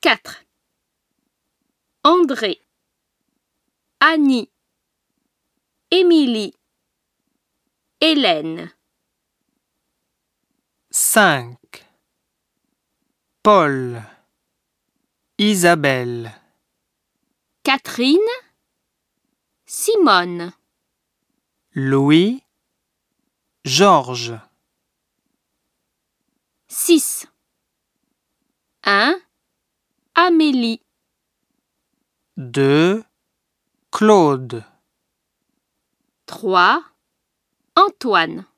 quatre André, Annie, Émilie, Hélène, 5. Paul, Isabelle, Catherine, Simone, Louis, Georges, 6. 1. Amélie, 2. Claude. 3. Antoine.